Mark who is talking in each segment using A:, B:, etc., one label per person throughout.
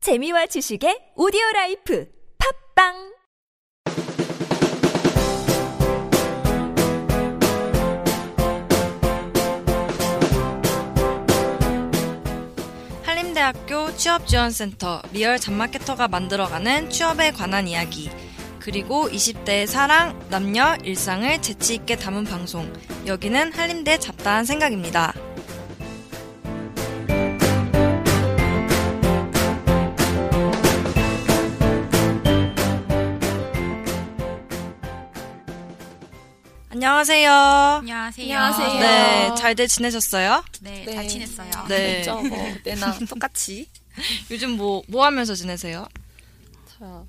A: 재미와 지식의 오디오 라이프 팝빵
B: 한림대학교 취업지원센터 리얼 잡마케터가 만들어가는 취업에 관한 이야기 그리고 20대의 사랑, 남녀, 일상을 재치있게 담은 방송 여기는 한림대 잡다한 생각입니다. 안녕하세요.
C: 안녕하세요.
D: 안녕하세요.
B: 네,
D: 아.
B: 잘들 지내셨어요?
C: 네,
D: 네.
C: 잘 지냈어요.
B: 네.
D: 그렇죠. 뭐 내나 똑같이
B: 요즘 뭐, 뭐 하면서 지내세요?
D: 자,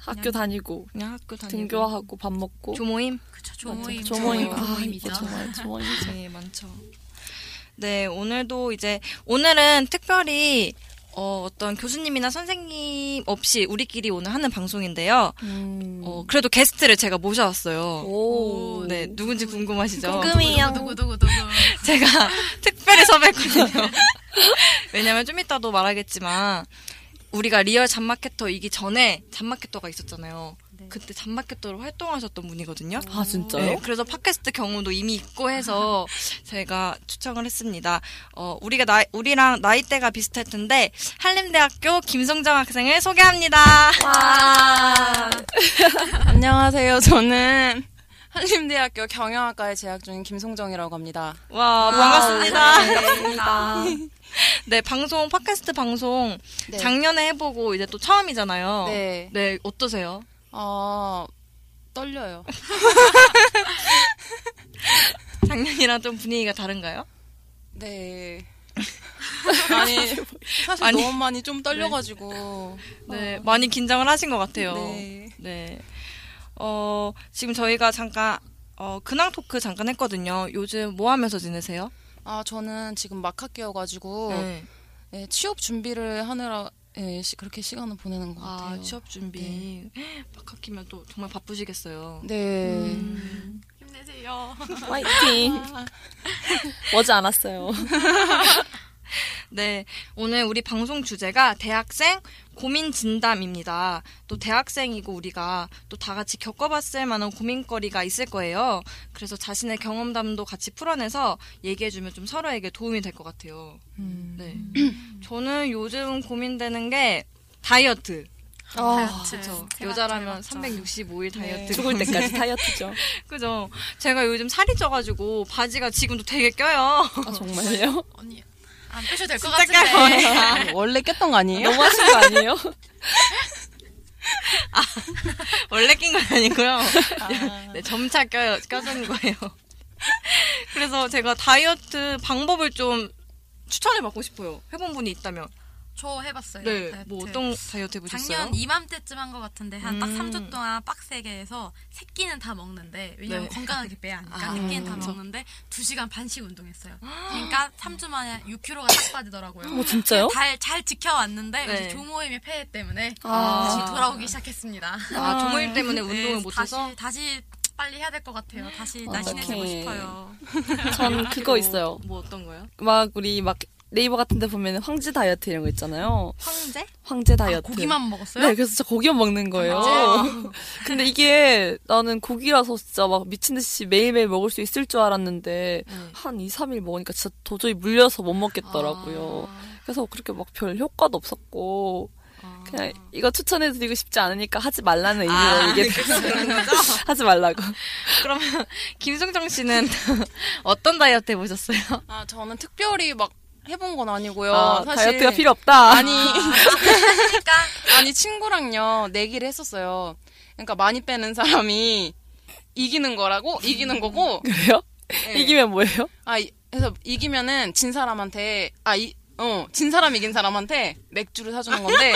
D: 학교 다니고
B: 그냥 학교 다니고.
D: 등교하고 밥 먹고
B: 조모임?
C: 그쵸,
D: 완전
C: 조모임.
D: 조모임 아,
C: 조모임이죠.
D: 이거 정말 조모임이죠.
B: 네, 많죠. 네, 오늘도 이제, 오늘은 특별히, 어, 어떤 교수님이나 선생님 없이 우리끼리 오늘 하는 방송인데요.
D: 음.
B: 어, 그래도 게스트를 제가 모셔왔어요.
D: 오. 그러니까
B: 네, 누군지
C: 어,
B: 궁금하시죠?
D: 궁금해요.
C: 누구, 누구, 누구.
B: 제가 특별히 섭외했거든요. 왜냐면 좀 이따도 말하겠지만, 우리가 리얼 잡마케터이기 전에 잡마케터가 있었잖아요. 그때 잡마케터로 활동하셨던 분이거든요.
D: 아 진짜요?
B: 네, 그래서 팟캐스트 경우도 이미 있고 해서 저희가 추천을 했습니다. 어, 우리가 나이, 우리랑 나이대가 비슷할 텐데 한림대학교 김성장 학생을 소개합니다.
E: 안녕하세요. 저는 한림대학교 경영학과에 재학 중인 김송정이라고 합니다. 아,
B: 와, 반갑습니다. 그러니까.
C: 아,
B: 네, 방송 팟캐스트 방송
E: 네.
B: 작년에 해보고 이제 또 처음이잖아요.
E: 네.
B: 네, 어떠세요?
E: 어, 떨려요.
B: 작년이랑 좀 분위기가 다른가요?
E: 네. 아니, 사실
B: 아니.
E: 너무 많이 좀 떨려가지고.
B: 네, 많이 긴장을 하신 것 같아요.
E: 어. 네.
B: 네. 어, 지금 저희가 잠깐 어, 근황 토크 잠깐 했거든요. 요즘 뭐 하면서 지내세요?
E: 아, 저는 지금 막 학기여가지고,
B: 네.
E: 예, 취업 준비를 하느라, 예, 시- 그렇게 시간을 보내는 것
B: 아,
E: 같아요.
B: 취업 준비. 네. 막 학기면 또 정말 바쁘시겠어요.
E: 네.
C: 힘내세요.
D: 화이팅. 머지 않았어요.
B: 네. 오늘 우리 방송 주제가 대학생 고민 진담입니다. 또 대학생이고 우리가 또 다 같이 겪어봤을 만한 고민거리가 있을 거예요. 그래서 자신의 경험담도 같이 풀어내서 얘기해주면 좀 서로에게 도움이 될 것 같아요.
C: 음.
B: 네. 저는 요즘 고민되는 게 다이어트.
C: 다이어트.
B: 그쵸.
C: 네, 제가
B: 여자라면
C: 잘 맞죠. 네.
B: 365일 다이어트.
D: 죽을 때까지 다이어트죠.
B: 그죠. 제가 요즘 살이 쪄가지고 바지가 지금도 되게 껴요.
D: 아 정말요?
C: 언니, 안 빼셔도 될 것
B: 진짜
C: 같은데.
E: 아, 원래 깼던 거 아니에요?
D: 너무 하신 거 아니에요?
B: 원래 낀 건 아니고요. 네, 점차 껴요, 껴주는 거예요. 그래서 제가 다이어트 방법을 좀 추천을 받고 싶어요. 해본 분이 있다면.
C: 저 해봤어요.
B: 네.
C: 아, 다이어트.
B: 뭐 어떤 다이어트 해보셨어요?
C: 작년 이맘때쯤 한 것 같은데 한 딱
B: 음.
C: 3주 동안 빡세게 해서 새끼는 다 먹는데 왜냐면
B: 네.
C: 건강하게 빼야 하니까
B: 아,
C: 새끼는 다
B: 그쵸.
C: 먹는데 2시간 반씩 운동했어요. 그러니까 3주 만에 6kg가 딱 빠지더라고요.
D: 어 진짜요?
C: 잘, 잘 지켜왔는데
B: 네.
C: 이제 조모임의 폐해 때문에
B: 아.
C: 다시 돌아오기 시작했습니다.
B: 아, 종일 때문에 운동을
C: 네,
B: 못해서?
C: 다시, 다시 빨리 해야 될 것 같아요. 다시 날씬해지고
D: 어떡해.
C: 싶어요.
D: 전 아, 그거 있어요.
B: 뭐 어떤 거요?
D: 막 우리 막 네이버 같은 데 보면 황제 다이어트 이런 거 있잖아요.
B: 황제?
D: 황제
C: 아,
D: 다이어트.
C: 고기만 먹었어요?
D: 네, 그래서 진짜 고기만 먹는 거예요. 근데 이게 나는 고기라서 진짜 막 미친 듯이 매일매일 먹을 수 있을 줄 알았는데 한 2, 3일 먹으니까 진짜 도저히 물려서 못 먹겠더라고요. 그래서 그렇게 막 별 효과도 없었고 그냥 이거 추천해 드리고 싶지 않으니까 하지 말라는 의미로 얘기해
B: 그런 거죠?
D: 하지 말라고.
B: 그러면 김성정 씨는 어떤 다이어트 해보셨어요?
E: 아, 저는 특별히 막 해본 건 아니고요.
D: 아,
E: 사실
D: 다이어트가 필요 없다.
E: 아니,
C: 그러니까
E: 아니 친구랑요 내기를 했었어요. 그러니까 많이 빼는 사람이 이기는 거라고 이기는 거고
D: 그래요? 이기면 뭐예요?
E: 아 이- 그래서 이기면은 진 사람한테 아, 아이어진 사람 이긴 사람한테 맥주를 사주는 건데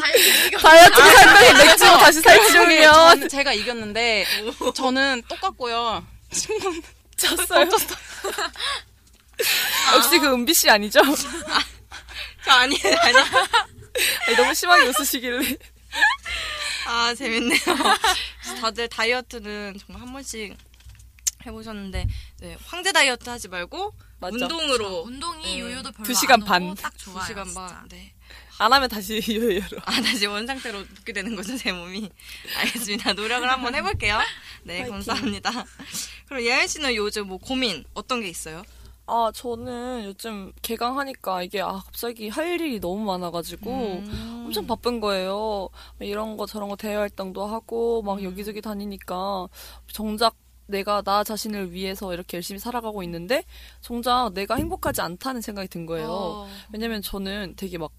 C: 다이어트
B: 아,
C: 이거
D: 다이어트 살빼기 맥주 다시 살찌우면
E: 저는 제가 이겼는데 저는 똑같고요. 친구는
D: 졌어요. 역시 그 은비 씨 아니죠?
B: 저 아니에요, 아니에요.
D: 아니, 너무 심하게 웃으시길래.
B: 아 재밌네요. 그래서 다들 다이어트는 정말 한 번씩 해보셨는데 네, 황제 다이어트 하지 말고
D: 맞죠?
B: 운동으로
C: 운동이
B: 네.
C: 요요도 별로
D: 두
C: 안
D: 시간
C: 오고
D: 반.
C: 딱 좋아요.
B: 두 시간
C: 진짜.
B: 반. 네.
D: 안 하면 다시 요요로.
B: 아, 다시 원상태로 붙게 되는 거죠, 제 몸이. 알겠습니다. 노력을 한번 해볼게요. 네, 감사합니다. 그럼 예은 씨는 요즘 뭐 고민 어떤 게 있어요?
D: 아, 저는 요즘 개강하니까 이게 아, 갑자기 할 일이 너무 많아가지고
B: 음.
D: 엄청 바쁜 거예요. 이런 거 저런 거 대외 활동도 하고 막 여기저기 다니니까 정작 내가 나 자신을 위해서 이렇게 열심히 살아가고 있는데 정작 내가 행복하지 않다는 생각이 든 거예요.
B: 어.
D: 왜냐면 저는 되게 막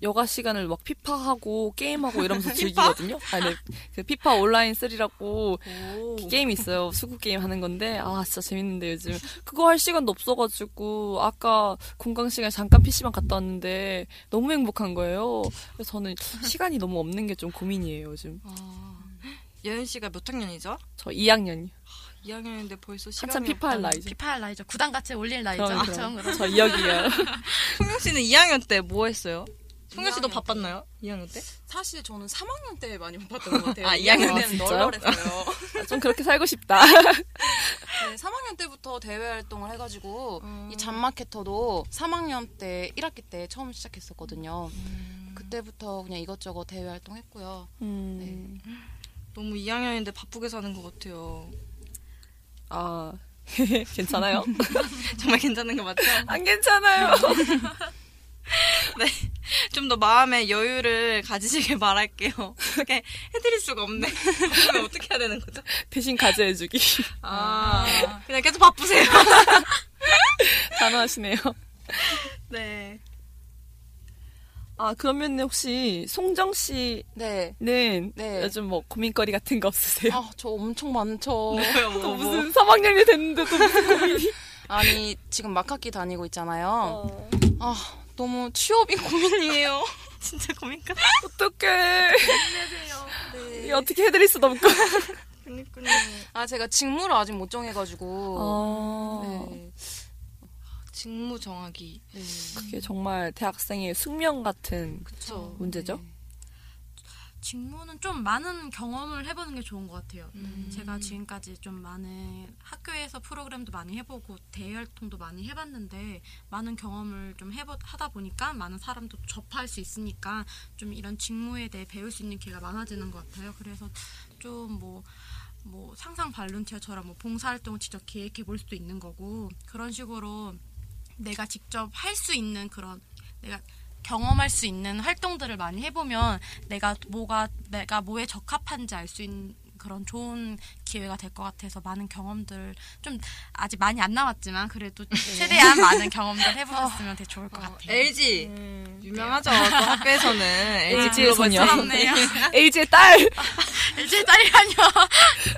D: 여가 시간을 막 피파하고 게임하고 이러면서 즐기거든요. 아, 네. 그 피파 온라인 3라고 그 게임이 있어요. 수구 게임 하는 건데 아 진짜 재밌는데 요즘 그거 할 시간도 없어가지고 아까 공강 시간 잠깐 PC방 갔다 왔는데 너무 행복한 거예요. 그래서 저는 시간이 너무 없는 게 좀 고민이에요 요즘.
B: 아, 예은 씨가 몇 학년이죠?
D: 저 2학년이요.
B: 2학년인데 벌써 아, 시간이
D: 한참 피파할 나이죠.
C: 비파할 나이죠. 구단 같이 올릴 나이죠.
D: 그럼,
C: 그럼
D: 그럼. 아, 저 2학이요.
B: 송영 씨는 2학년 때 뭐 했어요? 송영 씨도
E: 2학년 때.
B: 바빴나요? 2학년 때?
E: 사실 저는 3학년 때 많이 못 봤던 것 같아요.
B: 아,
E: 2학년
D: 아,
E: 때는
D: 진짜요?
E: 널널했어요.
D: 아, 좀 그렇게 살고 싶다.
E: 네, 3학년 때부터 대외 활동을 해가지고 이 잡마케터도 3학년 때 1학기 때 처음 시작했었거든요. 음. 그때부터 그냥 이것저것 대외 활동했고요.
D: 음,
B: 너무 2학년인데 바쁘게 사는 것 같아요.
D: 아 괜찮아요?
B: 정말 괜찮은 거 맞죠?
D: 안 괜찮아요.
B: 좀 더 마음의 여유를 가지시길 바랄게요. 어떻게 해드릴 수가 없네. 그러면 어떻게 해야 되는 거죠?
D: 대신 가제해주기
B: 아, 그냥 계속 바쁘세요.
D: 단호하시네요.
B: 네.
D: 아 그러면 혹시 송정 씨는
E: 네. 네.
D: 요즘 뭐 고민거리 같은 거 없으세요?
E: 아, 저 엄청 많죠.
B: 뭐야, 뭐, 뭐.
D: 무슨 3학년이 됐는데도 무슨 고민이?
E: 아니, 지금 막학기 다니고 있잖아요. 아, 너무 취업이 고민이에요.
B: 진짜 고민까?
D: 어떡해. 이 어떻게 해드릴 수도 없고.
B: 그니까요.
E: 아, 제가 직무를 아직 못 정해가지고.
D: 어,
E: 네.
B: 직무 정하기.
E: 네.
D: 그게 정말 대학생의 숙명 같은
E: 그쵸.
D: 문제죠?
E: 네.
C: 직무는 좀 많은 경험을 해보는 게 좋은 것 같아요. 제가 지금까지 좀 많은 학교에서 프로그램도 많이 해보고 대외활동도 많이 해봤는데 많은 경험을 좀 해보 하다 보니까 많은 사람도 접할 수 있으니까 좀 이런 직무에 대해 배울 수 있는 기회가 많아지는 것 같아요. 그래서 좀 뭐 뭐 상상 발룬티어처럼 뭐 봉사활동을 직접 계획해 볼 수도 있는 거고 그런 식으로 내가 직접 할 수 있는 그런 내가 경험할 수 있는 활동들을 많이 해보면 내가 뭐가 내가 뭐에 적합한지 알 수 있는 그런 좋은 기회가 될 것 같아서 많은 경험들 좀 아직 많이 안 남았지만 그래도 최대한 많은 경험들 해보셨으면 되게 좋을 것 같아요.
B: LG.
D: 네. 음.
B: 유명하죠. 또 학교에서는 LG
C: 아,
B: 글로벌
D: 소녀.
B: 사람네요.
D: LG의 딸!
C: 일주일 딸이라뇨.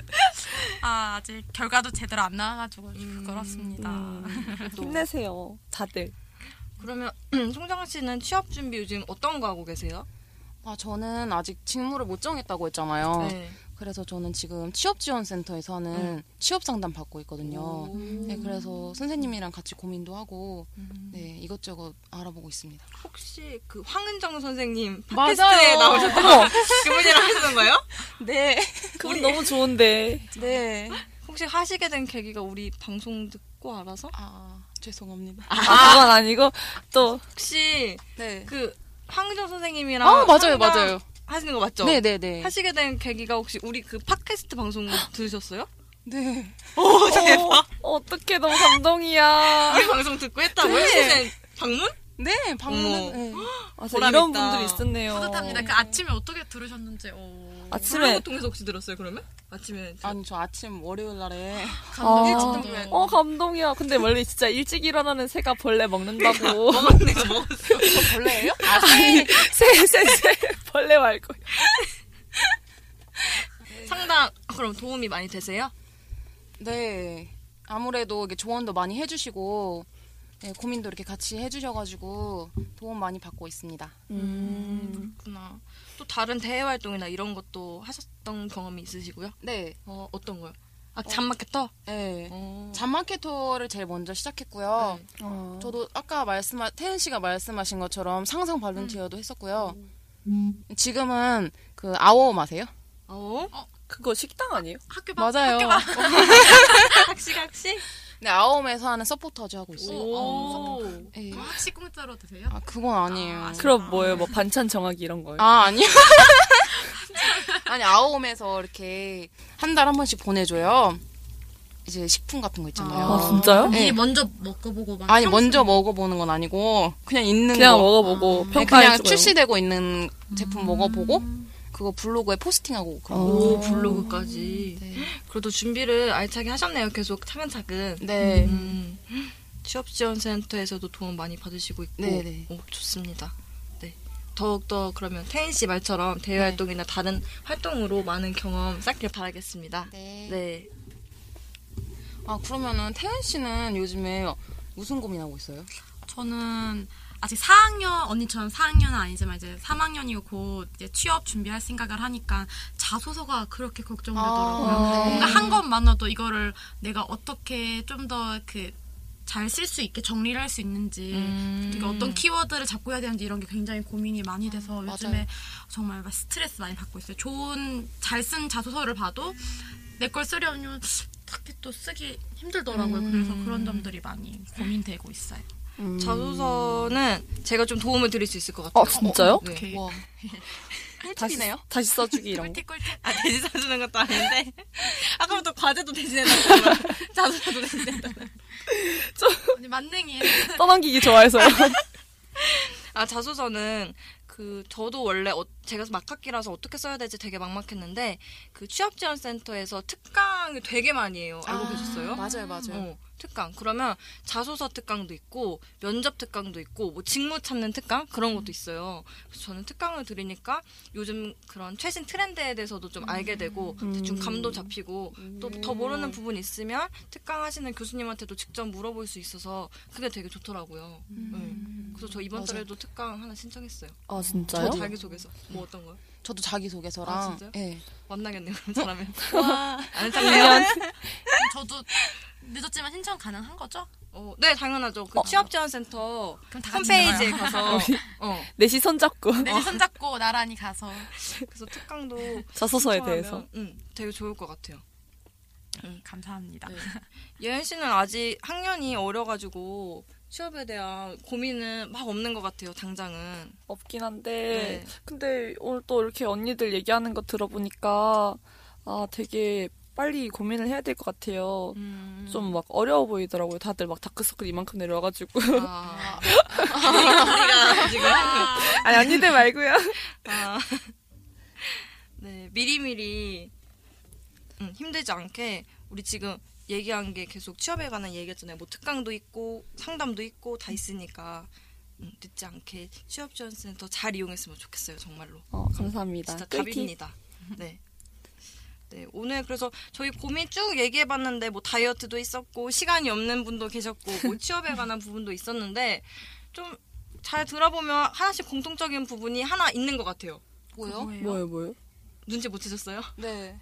C: 아 아직 결과도 제대로 안 나와가지고
E: 음.
C: 그렇습니다.
D: 아, 음, 힘내세요, 다들.
B: 그러면 송정아 씨는 취업 준비 요즘 어떤 거 하고 계세요?
E: 아, 저는 아직 직무를 못 정했다고 했잖아요.
B: 네.
E: 그래서 저는 지금 취업지원센터에서는 취업 상담 받고 있거든요. 네, 그래서 선생님이랑 같이 고민도 하고 네, 이것저것 알아보고 있습니다.
B: 혹시 그 황은정 선생님
E: 맞아요.
B: 팟캐스트에 나오셨던 그분이랑 하시는 거예요?
E: 네.
D: 그건 너무 좋은데.
E: 네.
B: 혹시 하시게 된 계기가 우리 방송 듣고 알아서?
E: 아, 죄송합니다.
D: 아, 그건 아니고, 또,
B: 혹시
E: 네.
B: 그 황은정 선생님이랑
E: 아, 맞아요,
B: 상담
E: 맞아요.
B: 하시는 거 맞죠?
E: 네, 네, 네.
B: 하시게 된 계기가 혹시 우리 그 팟캐스트 방송 들으셨어요?
E: 네.
D: 대박. 어, 어떡해, 너무 감동이야.
B: 우리 방송 듣고 했다고요? 선생님 방문?
E: 네, 방문.
B: 어머.
E: 네.
D: 아, 진짜
B: 보람
D: 이런
B: 있다.
D: 분들이 있었네요.
C: 뿌듯합니다. 그 아침에 어떻게 들으셨는지. 오.
D: 아침에
B: 통해서 혹시 들었어요 그러면? 네. 아침에
E: 아니, 저 아침 월요일 날에
D: 아.
E: 일찍 등교해.
D: 어 감동이야. 근데 원래 진짜 일찍 일어나는 새가 벌레 먹는다고.
B: 내가 먹었어.
E: 저 벌레예요? 아,
D: 새새새 벌레 말고.
B: 상담 아, 그럼 도움이 많이 되세요?
E: 네. 아무래도 이게 조언도 많이 해 주시고 네, 고민도 이렇게 같이 해 주셔 가지고 도움 많이 받고 있습니다.
D: 음.
B: 그렇구나. 또 다른 대외 활동이나 이런 것도 하셨던 경험이 있으시고요?
E: 네.
B: 어 어떤 거요? 아 잠마켓터?
E: 네.
B: 어.
E: 잠마케터를 제일 먼저 시작했고요. 저도 아까 말씀하 태은 씨가 말씀하신 것처럼 상상 발렌티어도 했었고요. 지금은 그 아워엄 아세요?
B: 어?
D: 그거 식당 아니에요?
C: 학교 밖
E: 맞아요.
B: 학시 학시?
E: 근데 네, 아홈에서 하는 서포터즈 하고 있어요.
C: 오.
E: 예.
C: 혹시 공짜로 드세요?
E: 아 그건 아니에요.
C: 아,
D: 그럼 뭐예요? 뭐 반찬 정하기 이런 거예요?
E: 아, 아니요. 아니, 아오홈에서 이렇게 한 달 한 번씩 보내줘요. 이제 식품 같은 거 있잖아요.
D: 아, 진짜요?
C: 미리
E: 네.
C: 먼저 먹어보고 막
E: 아니,
C: 평소-
E: 먼저 먹어보는 건 아니고, 그냥 있는
D: 그냥
E: 거.
D: 먹어보고
E: 네,
D: 평가해
E: 그냥
D: 주고요.
E: 출시되고 있는 제품 먹어보고, 그거 블로그에 포스팅하고 그런 거.
B: 오, 블로그까지.
E: 네.
B: 그래도 준비를 알차게 하셨네요. 계속 차근차근.
E: 네.
B: 음. 취업 지원 센터에서도 도움 많이 받으시고 있고
E: 네네.
B: 오, 좋습니다. 네. 더욱더 그러면 태인 씨 말처럼 대외 활동이나
D: 네.
B: 다른 활동으로 많은 경험 쌓길 바라겠습니다.
E: 네.
B: 네.
E: 아, 그러면은 태연 씨는 요즘에 무슨 고민하고 있어요?
C: 저는 아직 4학년 언니처럼 4학년은 아니지만 이제 3학년이고 곧 이제 취업 준비할 생각을 하니까 자소서가 그렇게 걱정되더라고요.
E: 아.
C: 뭔가 한 것만으로도 이거를 내가 어떻게 좀 더 그 잘 쓸 수 있게 정리를 할 수 있는지
E: 음.
D: 음.
C: 되게 그러니까 어떤 키워드를 잡고 해야 되는지 이런 게 굉장히 고민이 많이 돼서
E: 음, 맞아요.
C: 요즘에 정말 막 스트레스 많이 받고 있어요. 좋은 잘 쓴 자소서를 봐도 내 걸 쓰려면 딱히 또 쓰기 힘들더라고요.
E: 음.
C: 그래서 그런 점들이 많이 고민되고 있어요.
B: 자소서는 제가 좀 도움을 드릴 수 있을 것 같아요.
D: 어 진짜요?
B: 네.
C: 이렇게
E: 와.
D: 다시
E: 꿀팁이네요.
D: 다시 써주기 이런 거.
C: 꿀팁 꿀팁.
B: 아, 대신 사주는 것도 아닌데. 아까부터 과제도 대신해달라고. 자소서도 대신해달라고.
C: 언니 만능이에요.
D: 떠넘기기 좋아해서요.
B: 아 자소서는 그 저도 원래 어- 제가 막학기라서 어떻게 써야 될지 되게 막막했는데 그 취업지원센터에서 특강이 되게 많이 해요. 알고 계셨어요?
E: 맞아요, 맞아요.
B: 어, 특강. 그러면 자소서 특강도 있고 면접 특강도 있고 뭐 직무 찾는 특강 그런
E: 음.
B: 것도 있어요. 그래서 저는 특강을 들으니까 요즘 그런 최신 트렌드에 대해서도 좀 알게 되고
E: 음.
B: 대충 감도 잡히고 또 더 모르는
E: 네.
B: 부분 이 있으면 특강 하시는 교수님한테도 직접 물어볼 수 있어서 그게 되게 좋더라고요. 네. 그래서 저 이번
E: 음. 맞아요.
B: 달에도 특강 하나 신청했어요.
D: 아 진짜요?
B: 저 자기소개서. 뭐 어떤 거요?
E: 저도 자기소개서랑.
B: 아, 진짜요?
E: 예.
B: 만나겠네요, 그런 사람을. 안 찾네요.
C: 저도 늦었지만 신청 가능한 거죠?
B: 어, 네, 당연하죠. 그 취업지원센터
C: 그럼 다 같이
B: 홈페이지에 가서 어,
D: 넷이 손잡고
E: 네. 어.
C: 내일 손잡고 나란히 가서
B: 그래서 특강도
D: 자소서에
B: 신청하면,
D: 대해서.
B: 음, 되게 좋을 것 같아요.
C: 감사합니다.
E: 네.
B: 예은 씨는 아직 학년이 어려가지고 취업에 대한 고민은 막 없는 것 같아요. 당장은.
D: 없긴 한데
B: 네.
D: 근데 오늘 또 이렇게 언니들 얘기하는 거 들어보니까 아 되게 빨리 고민을 해야 될 것 같아요. 좀 막 어려워 보이더라고요. 다들 막 다크서클 이만큼 내려와가지고
B: 아, 우리가 지금
D: 아니 언니들 말고요.
B: 아, 네 미리미리 음, 힘들지 않게 우리 지금 얘기한 게 계속 취업에 관한 얘기였잖아요. 뭐 특강도 있고 상담도 있고 다 있으니까 음, 늦지 않게 취업 지원센터 잘 이용했으면 좋겠어요. 정말로.
D: 어 감사합니다.
B: 진짜
D: 꿀팁.
B: 답입니다. 네. 네, 오늘 그래서 저희 고민 쭉 얘기해봤는데 뭐 다이어트도 있었고 시간이 없는 분도 계셨고 뭐 취업에 관한 부분도 있었는데 좀 잘 들어보면 하나씩 공통적인 부분이 하나 있는 것 같아요.
E: 뭐요?
D: 뭐예요 뭐예요?
B: 눈치 못 채셨어요?
E: 네.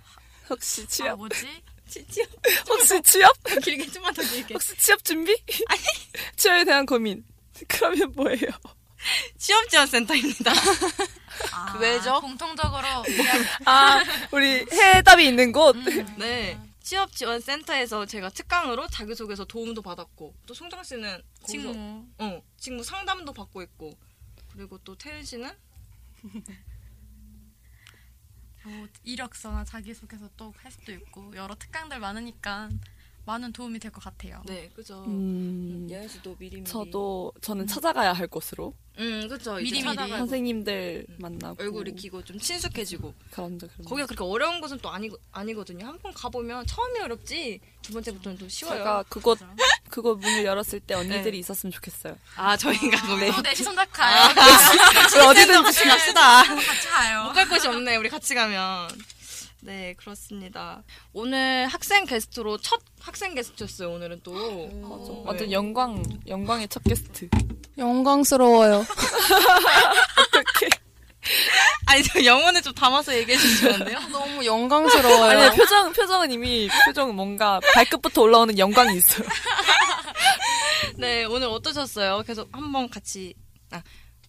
D: 혹시
C: 아,
D: 취업?
C: 뭐지?
B: 치치요?
D: 혹시 취업?
B: 길게 좀만 더 길게.
D: 혹시 취업 준비? 취업에 대한 고민. 그러면 뭐예요?
B: 취업 지원 센터입니다.
C: 아,
E: 왜죠?
C: 공통적으로
D: 아 우리 해답이 있는 곳.
B: 네. 취업 지원 센터에서 제가 특강으로 자기소개서 도움도 받았고 또 송정 씨는 거기서
C: 친구
B: 어, 직무 상담도 받고 있고 그리고 또 태윤 씨는
C: 뭐 이력서나 자기소개서 또 할 수도 있고 여러 특강들 많으니까 많은 도움이 될 것 같아요.
B: 네, 그죠.
D: 음,
B: 예은 씨도 미리미리.
D: 저도 저는 찾아가야 할 곳으로
B: 음, 그렇죠. 미리
C: 미리미리.
B: 찾아가고 음.
D: 선생님들 만나고
B: 얼굴 익히고 좀 친숙해지고.
D: 그런 적 그런
B: 거기가 그렇게 어려운 곳은 또 아니 아니거든요. 한 번 가보면 처음이 어렵지 두 번째부터는 또 쉬워요.
D: 제가 그곳 그곳 문을 열었을 때 언니들이
B: 네.
D: 있었으면 좋겠어요.
B: 아 저희가 거기
C: 네. 내시 손잡아요.
B: 그
D: 우리 어디든지
B: 같이 갑시다.
C: 같이 가요.
B: 못 갈 곳이 없네. 우리 같이 가면. 네, 그렇습니다. 오늘 학생 게스트로 첫 학생 게스트였어요. 오늘은 또.
D: 맞아.
B: 네.
D: 완전 영광 영광의 첫 게스트.
E: 영광스러워요.
B: 아니 저 영혼을 좀 담아서 얘기해 주시면 안 돼요?
E: 너무 영광스러워요.
D: 아니 표정 표정은 이미 표정은 뭔가 발끝부터 올라오는 영광이 있어요.
B: 네, 오늘 어떠셨어요? 계속 한번 같이 아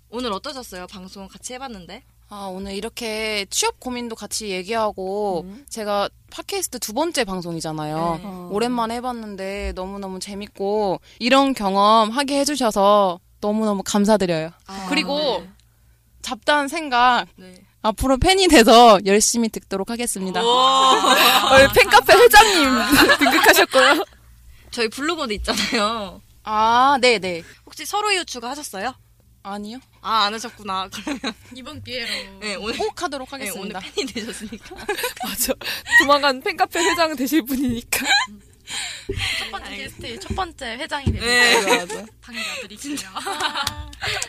B: 오늘 어떠셨어요? 방송 같이 해봤는데.
E: 아, 오늘 이렇게 취업 고민도 같이 얘기하고 제가 팟캐스트 두 번째 방송이잖아요.
B: 네.
E: 오랜만에 해봤는데 너무너무 재밌고 이런 경험 하게 해주셔서 너무너무 감사드려요.
B: 아,
E: 그리고 잡다한 생각
B: 네. 네.
E: 앞으로 팬이 돼서 열심히 듣도록 하겠습니다.
D: 오늘 팬카페 회장님 등극하셨고요.
B: 저희 블로그도 있잖아요.
E: 아, 네네.
B: 혹시 서로 이웃추가 하셨어요?
E: 아니요.
B: 아, 안 하셨구나. 그러면
C: 이번 기회로
B: 네, 오늘
E: 꼭 하도록
B: 네, 오늘
E: 하겠습니다.
B: 팬이 되셨으니까.
D: 맞아. 조만간 팬카페 회장 되실 분이니까.
C: 첫 번째 게스트 첫 번째 회장이 되는
B: 네.
D: 맞아.
C: 당겨드릴게요.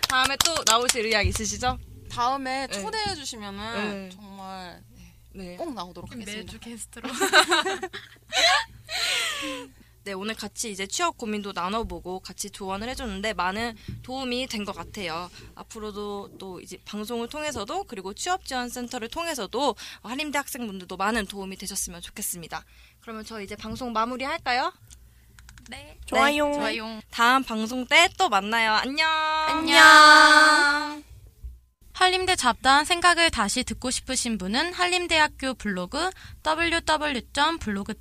B: 다음에 또 나오실 의향 있으시죠?
E: 다음에
B: 네.
E: 초대해 주시면은
B: 네.
E: 정말
B: 네.
E: 꼭 나오도록 하겠습니다.
C: 매주 게스트로.
B: 네, 오늘 같이 이제 취업 고민도 나눠보고 같이 조언을 해줬는데 많은 도움이 된 것 같아요. 앞으로도 또 이제 방송을 통해서도 그리고 취업지원센터를 통해서도 한림대 학생분들도 많은 도움이 되셨으면 좋겠습니다. 그러면 저 이제 방송 마무리할까요?
C: 네.
D: 좋아요.
C: 좋아요.
B: 다음 방송 때 또 만나요. 안녕.
C: 안녕. 한림대 잡다한 생각을 다시 듣고 싶으신 분은 한림대학교 블로그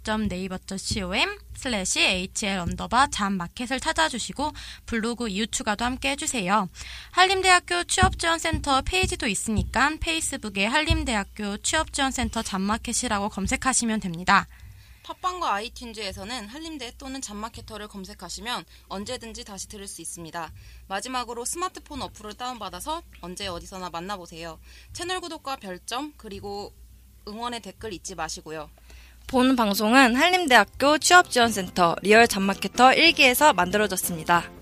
C: www.blog.naver.com 슬래시 hl 언더바 잠마켓을 찾아주시고 블로그 이웃 추가도 함께 해주세요. 한림대학교 취업지원센터 페이지도 있으니까 페이스북에 한림대학교 취업지원센터 잠마켓이라고 검색하시면 됩니다.
E: 팟빵과 아이튠즈에서는 한림대 또는 잡마케터를 검색하시면 언제든지 다시 들을 수 있습니다. 마지막으로 스마트폰 어플을 다운받아서 언제 어디서나 만나보세요. 채널 구독과 별점 그리고 응원의 댓글 잊지 마시고요.
B: 본 방송은 한림대학교 취업지원센터 리얼 잡마케터 1기에서 만들어졌습니다.